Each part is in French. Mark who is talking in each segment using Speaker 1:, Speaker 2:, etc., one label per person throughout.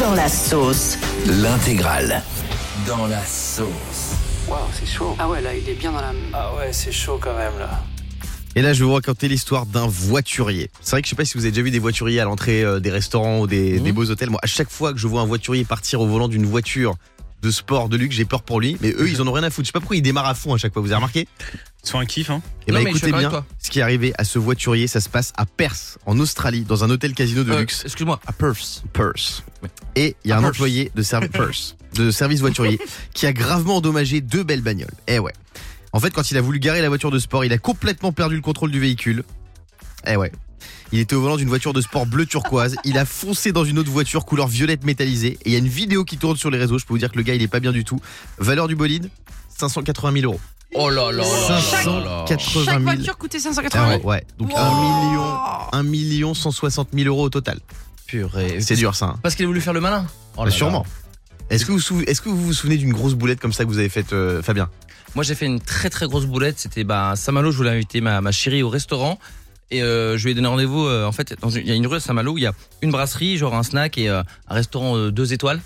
Speaker 1: Dans la sauce.
Speaker 2: L'intégrale. Dans la sauce.
Speaker 3: Waouh, c'est chaud.
Speaker 4: Ah ouais, là, il est bien dans la.
Speaker 3: Ah ouais, c'est chaud quand même là.
Speaker 5: Et là, je vais vous raconter l'histoire d'un voiturier. C'est vrai que je sais pas si vous avez déjà vu des voituriers à l'entrée euh, des restaurants ou des,
Speaker 6: Mhm.
Speaker 5: des beaux hôtels. Moi, à chaque fois que je vois un voiturier partir au volant d'une voiture de sport de luxe, j'ai peur pour lui. Mais eux, ils en ont rien à foutre. Je sais pas pourquoi ils démarrent à fond à chaque fois. Vous avez remarqué
Speaker 7: C'est un kiff, hein
Speaker 5: Eh
Speaker 6: Non,
Speaker 5: ben,
Speaker 6: mais je suis
Speaker 5: écoutez
Speaker 6: d'accord avec
Speaker 5: bien,
Speaker 6: toi.
Speaker 5: ce qui est arrivé à ce voiturier, ça se passe à Perth, en Australie, dans un hôtel casino de
Speaker 6: Euh,
Speaker 5: luxe.
Speaker 6: Excuse-moi, à Perth.
Speaker 5: Perth.
Speaker 6: Ouais.
Speaker 5: Et il y a
Speaker 6: À
Speaker 5: un
Speaker 6: Perth.
Speaker 5: employé de, serv- Perth, de service voiturier qui a gravement endommagé deux belles bagnoles. Eh ouais. En fait, quand il a voulu garer la voiture de sport, il a complètement perdu le contrôle du véhicule. Eh ouais. Il était au volant d'une voiture de sport bleu turquoise. Il a foncé dans une autre voiture couleur violette métallisée. Et il y a une vidéo qui tourne sur les réseaux. Je peux vous dire que le gars, il est pas bien du tout. Valeur du bolide 580 000 euros.
Speaker 6: Oh là là.
Speaker 4: Chaque-
Speaker 5: 580
Speaker 4: Chaque
Speaker 5: 000
Speaker 4: voiture coûtait 580
Speaker 5: Ah
Speaker 4: euros.
Speaker 5: ouais, ouais. Donc 1 million,
Speaker 4: Ah
Speaker 5: 1 million 160 000 euros au total.
Speaker 6: Purée.
Speaker 5: C'est dur ça. hein.
Speaker 6: Parce qu'il a voulu faire le malin. Oh
Speaker 5: Bah,
Speaker 6: là là.
Speaker 5: sûrement. Est-ce que, vous sou- est-ce que vous vous souvenez d'une grosse boulette comme ça que vous avez faite, euh, Fabien
Speaker 6: Moi, j'ai fait une très très grosse boulette. C'était bah, à Saint-Malo. Je voulais inviter ma, ma chérie au restaurant. Et euh, je lui ai donné rendez-vous. euh, en fait, dans une- il y a une rue à Saint-Malo où il y a une brasserie, genre un snack et euh, un restaurant euh, deux étoiles.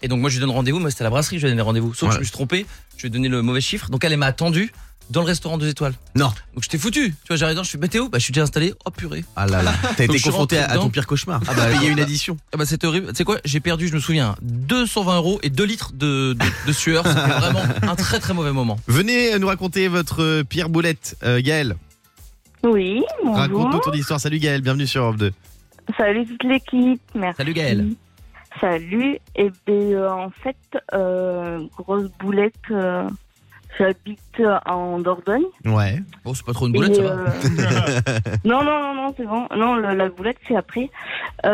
Speaker 6: Et donc, moi, je lui donne rendez-vous. mais c'était à la brasserie que je lui ai donné rendez-vous. Sauf que
Speaker 5: Voilà.
Speaker 6: je me suis trompé. Je lui ai donné le mauvais chiffre. Donc, elle, elle m'a attendu dans le restaurant deux étoiles.
Speaker 5: Non.
Speaker 6: Donc, je t'ai foutu. Tu vois, j'arrive dans, je suis bah, t'es où Bah, je suis déjà installé. Oh, purée.
Speaker 5: Ah là là. T'as
Speaker 6: Donc,
Speaker 5: été
Speaker 6: je suis
Speaker 5: confronté
Speaker 6: rentré
Speaker 5: à, à ton
Speaker 6: dedans.
Speaker 5: pire cauchemar.
Speaker 6: Ah bah,
Speaker 5: Payer
Speaker 6: alors,
Speaker 5: une addition.
Speaker 6: Ah bah c'était horrible. Tu sais quoi J'ai perdu, je me souviens, 220 euros et 2 litres de, de, de sueur. C'était vraiment un très très mauvais moment.
Speaker 5: Venez euh, nous raconter votre euh, pire boulette, euh, Gaël.
Speaker 8: Oui,
Speaker 5: Raconte-nous
Speaker 8: bonjour.
Speaker 5: ton histoire. Salut Gaël, bienvenue sur Europe 2.
Speaker 8: Salut toute l'équipe, merci.
Speaker 6: Salut Gaël.
Speaker 8: Salut. Et bien, en fait, euh, grosse boulette, euh, j'habite en Dordogne.
Speaker 5: Ouais.
Speaker 6: Bon, c'est pas trop une
Speaker 8: Et,
Speaker 6: boulette, ça va.
Speaker 8: euh, non, non, non, non, c'est bon. Non, le- la boulette, c'est après.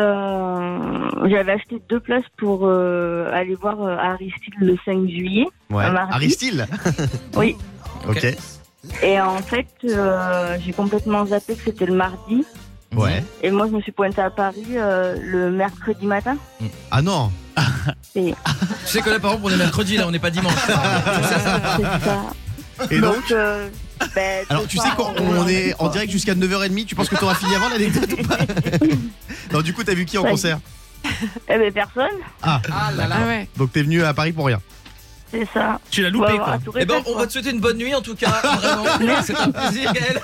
Speaker 8: Euh, J'avais acheté deux places pour euh, aller voir euh, Aristide le 5 juillet.
Speaker 5: Ouais.
Speaker 8: Un mardi.
Speaker 5: Aristide
Speaker 8: Oui.
Speaker 5: Ok.
Speaker 6: Ok.
Speaker 8: Et en fait, euh, j'ai complètement zappé que c'était le mardi.
Speaker 5: euh, Ouais.
Speaker 8: Et moi, je me suis pointée à Paris euh, le mercredi matin.
Speaker 5: Ah non.
Speaker 6: Tu sais que là, par exemple, on est mercredi, là, on n'est pas dimanche.
Speaker 8: C'est ça.
Speaker 5: Et donc
Speaker 8: euh, ben,
Speaker 5: alors
Speaker 8: ce
Speaker 5: tu sais
Speaker 8: soir,
Speaker 5: qu'on
Speaker 8: euh,
Speaker 5: on est en direct jusqu'à 9h30, tu penses que t'auras fini avant l'anecdote ou pas Non du coup t'as vu qui en
Speaker 8: Ouais.
Speaker 5: concert
Speaker 8: Eh ben personne,
Speaker 5: Ah
Speaker 4: Ah ouais.
Speaker 5: donc t'es venu à Paris pour rien.
Speaker 8: c'est ça.
Speaker 7: Tu l'as
Speaker 8: On va
Speaker 7: loupé
Speaker 9: Bah,
Speaker 8: avoir
Speaker 7: quoi.
Speaker 8: un tour
Speaker 6: Eh ben,
Speaker 8: Eiffel,
Speaker 6: on va
Speaker 8: quoi.
Speaker 6: te souhaiter une bonne nuit en tout cas. Vraiment, c'est un plaisir, Gaël.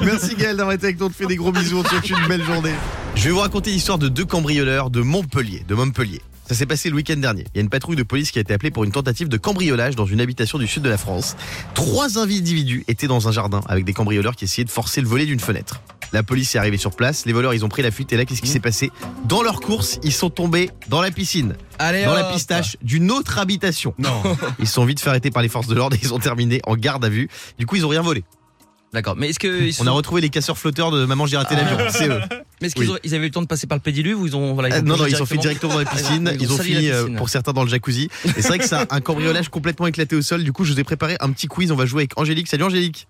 Speaker 5: Merci Gaël d'avoir été avec nous, on te fait des gros bisous, on te souhaite une belle journée. Je vais vous raconter l'histoire de deux cambrioleurs de Montpellier, de Montpellier. Ça s'est passé le week-end dernier. Il y a une patrouille de police qui a été appelée pour une tentative de cambriolage dans une habitation du sud de la France. Trois individus étaient dans un jardin avec des cambrioleurs qui essayaient de forcer le volet d'une fenêtre. La police est arrivée sur place, les voleurs ils ont pris la fuite et là qu'est-ce qui s'est passé Dans leur course, ils sont tombés dans la piscine,
Speaker 6: Allez,
Speaker 5: dans la
Speaker 6: hop.
Speaker 5: pistache d'une autre habitation.
Speaker 7: Non.
Speaker 5: Ils se sont vite fait arrêter par les forces de l'ordre et ils ont terminé en garde à vue. Du coup ils ont rien volé.
Speaker 6: D'accord, mais est-ce qu'ils
Speaker 5: On a retrouvé les casseurs flotteurs de Maman j'ai
Speaker 6: Ah.
Speaker 5: raté l'avion, c'est eux.
Speaker 6: est qu'ils
Speaker 5: oui.
Speaker 6: auraient- ils avaient eu le temps de passer par le pédiluve ou ils ont. Voilà,
Speaker 5: Ah, non, non,
Speaker 6: plongé
Speaker 5: ils sont fait directement dans les piscines.
Speaker 6: Ah, ils
Speaker 5: ils
Speaker 6: ont
Speaker 5: ont
Speaker 6: sali la
Speaker 5: fini euh,
Speaker 6: piscine.
Speaker 5: pour certains dans le jacuzzi. Et c'est vrai que c'est un cambriolage complètement éclaté au sol. Du coup, je vous ai préparé un petit quiz. On va jouer avec Angélique. Salut Angélique.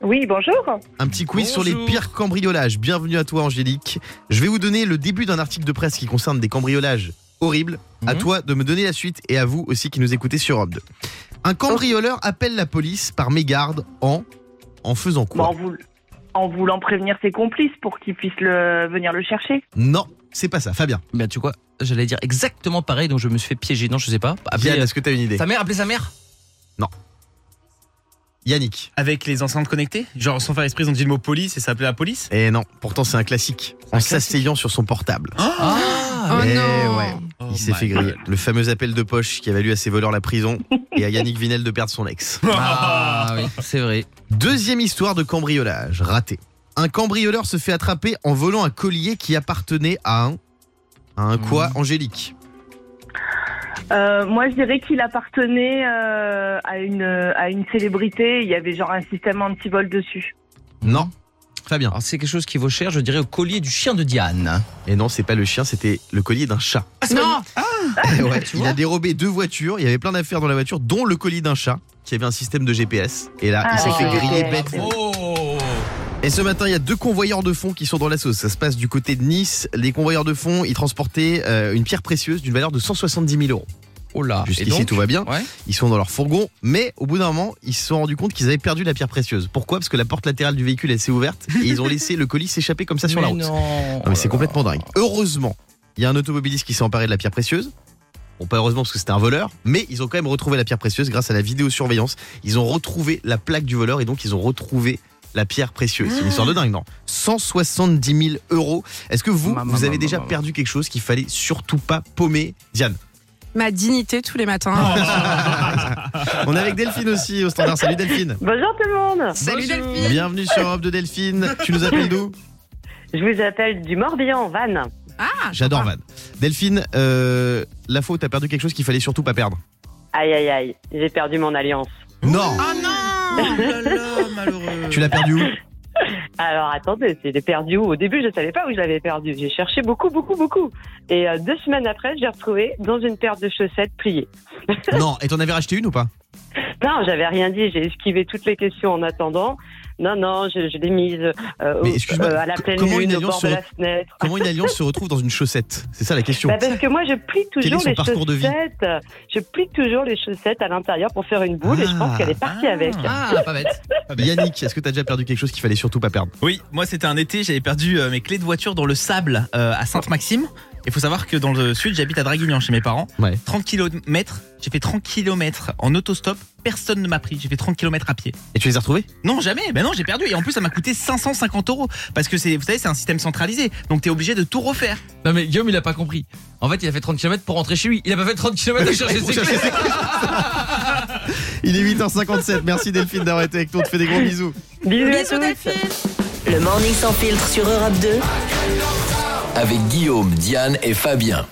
Speaker 9: Oui, bonjour.
Speaker 5: Un petit quiz sur les
Speaker 6: Bonjour.
Speaker 5: pires cambriolages. Bienvenue à toi Angélique. Je vais vous donner le début d'un article de presse qui concerne des cambriolages horribles. À
Speaker 6: Mhm.
Speaker 5: toi de me donner la suite et à vous aussi qui nous écoutez sur Europe 2. Un cambrioleur appelle la police par mégarde en en faisant
Speaker 9: Bon,
Speaker 5: quoi
Speaker 9: en, voul- en voulant prévenir ses complices pour qu'ils puissent le... venir le chercher.
Speaker 5: Non, c'est pas ça. Fabien.
Speaker 6: Bah, tu vois, j'allais dire exactement pareil, donc je me suis fait piéger. Non, je sais pas. Appeler,
Speaker 5: Yann,
Speaker 6: euh,
Speaker 5: est-ce que t'as une idée
Speaker 6: Sa mère, appeler sa mère
Speaker 5: Yannick.
Speaker 7: Avec les enceintes connectées Genre sans faire esprit, ils ont dit le mot police et ça s'appelait la police
Speaker 5: Et Eh non, pourtant c'est un classique. En s'asseyant sur son portable.
Speaker 6: Ah,
Speaker 4: Oh
Speaker 5: Eh
Speaker 4: non.
Speaker 5: ouais. Il s'est fait griller. Le fameux appel de poche qui a valu à ses voleurs la prison et à Yannick Vinel de perdre son ex.
Speaker 7: Oh
Speaker 6: Ah oui, c'est vrai.
Speaker 5: Deuxième histoire de cambriolage raté. Un cambrioleur se fait attraper en volant un collier qui appartenait à un. À un quoi, Angélique
Speaker 9: Euh, moi, je dirais qu'il appartenait euh, à, une, à une célébrité. Il y avait genre un système anti-vol dessus.
Speaker 5: Non. Fabien.
Speaker 6: Alors, c'est quelque chose qui vaut cher, je dirais, au collier du chien de Diane.
Speaker 5: Et non, c'est pas le chien, c'était le collier d'un chat.
Speaker 4: non,
Speaker 5: Eh ouais, il a dérobé deux voitures, il y avait plein d'affaires dans la voiture, dont le collier d'un chat qui avait un système de GPS. Et là,
Speaker 9: Ah,
Speaker 5: il s'est
Speaker 9: oui,
Speaker 5: fait
Speaker 9: oui,
Speaker 5: griller
Speaker 9: oui.
Speaker 5: bête.
Speaker 6: Oh
Speaker 5: Et ce matin, il y a deux convoyeurs de fonds qui sont dans la sauce. Ça se passe du côté de Nice. Les convoyeurs de fonds, ils transportaient euh, une pierre précieuse d'une valeur de 170 000 euros.
Speaker 6: Oh là Et
Speaker 5: Jusqu'ici,
Speaker 6: donc
Speaker 5: tout va bien.
Speaker 6: Ouais.
Speaker 5: Ils sont dans leur fourgon, mais au bout d'un moment, ils se sont rendus compte qu'ils avaient perdu la pierre précieuse. Pourquoi Parce que la porte latérale du véhicule, elle s'est ouverte et ils ont laissé le colis s'échapper comme ça sur la
Speaker 6: Ah, Mais
Speaker 5: route.
Speaker 6: non.
Speaker 5: Non, mais c'est complètement dingue. Heureusement, il y a un automobiliste qui s'est emparé de la pierre précieuse. Bon, pas heureusement parce que c'était un voleur, mais ils ont quand même retrouvé la pierre précieuse grâce à la vidéosurveillance. Ils ont retrouvé la plaque du voleur et donc ils ont retrouvé la pierre précieuse. C'est une histoire de dingue, non 170 000 euros. Est-ce que vous,
Speaker 6: Maman,
Speaker 5: vous avez
Speaker 6: maman,
Speaker 5: déjà
Speaker 6: maman.
Speaker 5: perdu quelque chose qu'il fallait surtout pas paumer Diane
Speaker 4: Ma dignité tous les matins.
Speaker 5: Ah. On est avec Delphine aussi au standard. Salut Delphine
Speaker 9: Bonjour tout le monde.
Speaker 4: Salut Delphine
Speaker 5: Bienvenue sur Europe de Delphine. Tu nous appelles d'où
Speaker 9: Je vous appelle du Morbihan, Vannes.
Speaker 4: Ah,
Speaker 5: J'adore Van. Delphine, euh, la faute, t'as perdu quelque chose qu'il fallait surtout pas perdre.
Speaker 9: Aïe aïe aïe, j'ai perdu mon alliance.
Speaker 5: Non
Speaker 4: Oh non
Speaker 7: malheureux.
Speaker 5: Tu l'as perdu où
Speaker 9: Alors attendez, c'est- j'ai perdu où Au début, je savais pas où je l'avais perdu. J'ai cherché beaucoup, beaucoup, beaucoup. Et euh, deux semaines après, je l'ai retrouvé dans une paire de chaussettes pliées.
Speaker 5: Non, et t'en avais racheté une ou pas
Speaker 9: Non, j'avais rien dit. J'ai esquivé toutes les questions en attendant. Non, non, je, je l'ai mise euh, au-
Speaker 5: Mais excuse-moi,
Speaker 9: euh, à la
Speaker 5: co-
Speaker 9: pleine
Speaker 5: comment une
Speaker 9: lune, au
Speaker 5: alliance
Speaker 9: bord
Speaker 5: se
Speaker 9: de
Speaker 5: re-
Speaker 9: la fenêtre.
Speaker 5: Comment une alliance se retrouve dans une chaussette C'est ça la question.
Speaker 9: Bah, parce que moi, je plie
Speaker 5: est
Speaker 9: toujours
Speaker 5: son
Speaker 9: les
Speaker 5: parcours de vie
Speaker 9: chaussettes. Je plie toujours les chaussettes à l'intérieur pour faire une boule et je pense
Speaker 5: Ah.
Speaker 9: qu'elle est partie
Speaker 7: Ah.
Speaker 9: avec.
Speaker 6: Ah, pas bête.
Speaker 5: Yannick, est-ce que t'as déjà perdu quelque chose qu'il fallait surtout pas perdre
Speaker 7: Oui, moi c'était un été, j'avais perdu euh, mes clés de voiture dans le sable euh, à Sainte-Maxime. Il faut savoir que dans le sud, j'habite à Draguignan chez mes parents.
Speaker 5: Ouais.
Speaker 7: 30 km, j'ai fait 30 km en autostop, personne ne m'a pris, j'ai fait 30 km à pied.
Speaker 5: Et tu les as retrouvés
Speaker 7: Non, jamais, ben non, j'ai perdu. Et en plus, ça m'a coûté 550 euros. Parce que c'est, vous savez, c'est un système centralisé. Donc t'es obligé de tout refaire.
Speaker 6: Non, mais Guillaume, il a pas compris. En fait, il a fait 30 km pour rentrer chez lui. Il a pas fait 30 km pour chercher ses clés.
Speaker 5: Il est 8h57. Merci Delphine d'avoir été avec nous. On te fait des gros bisous.
Speaker 9: Bisous, à
Speaker 4: Bisous
Speaker 9: tous.
Speaker 4: Delphine
Speaker 1: Le morning sans filtre sur Europe 2.
Speaker 2: Avec Guillaume, Diane et Fabien.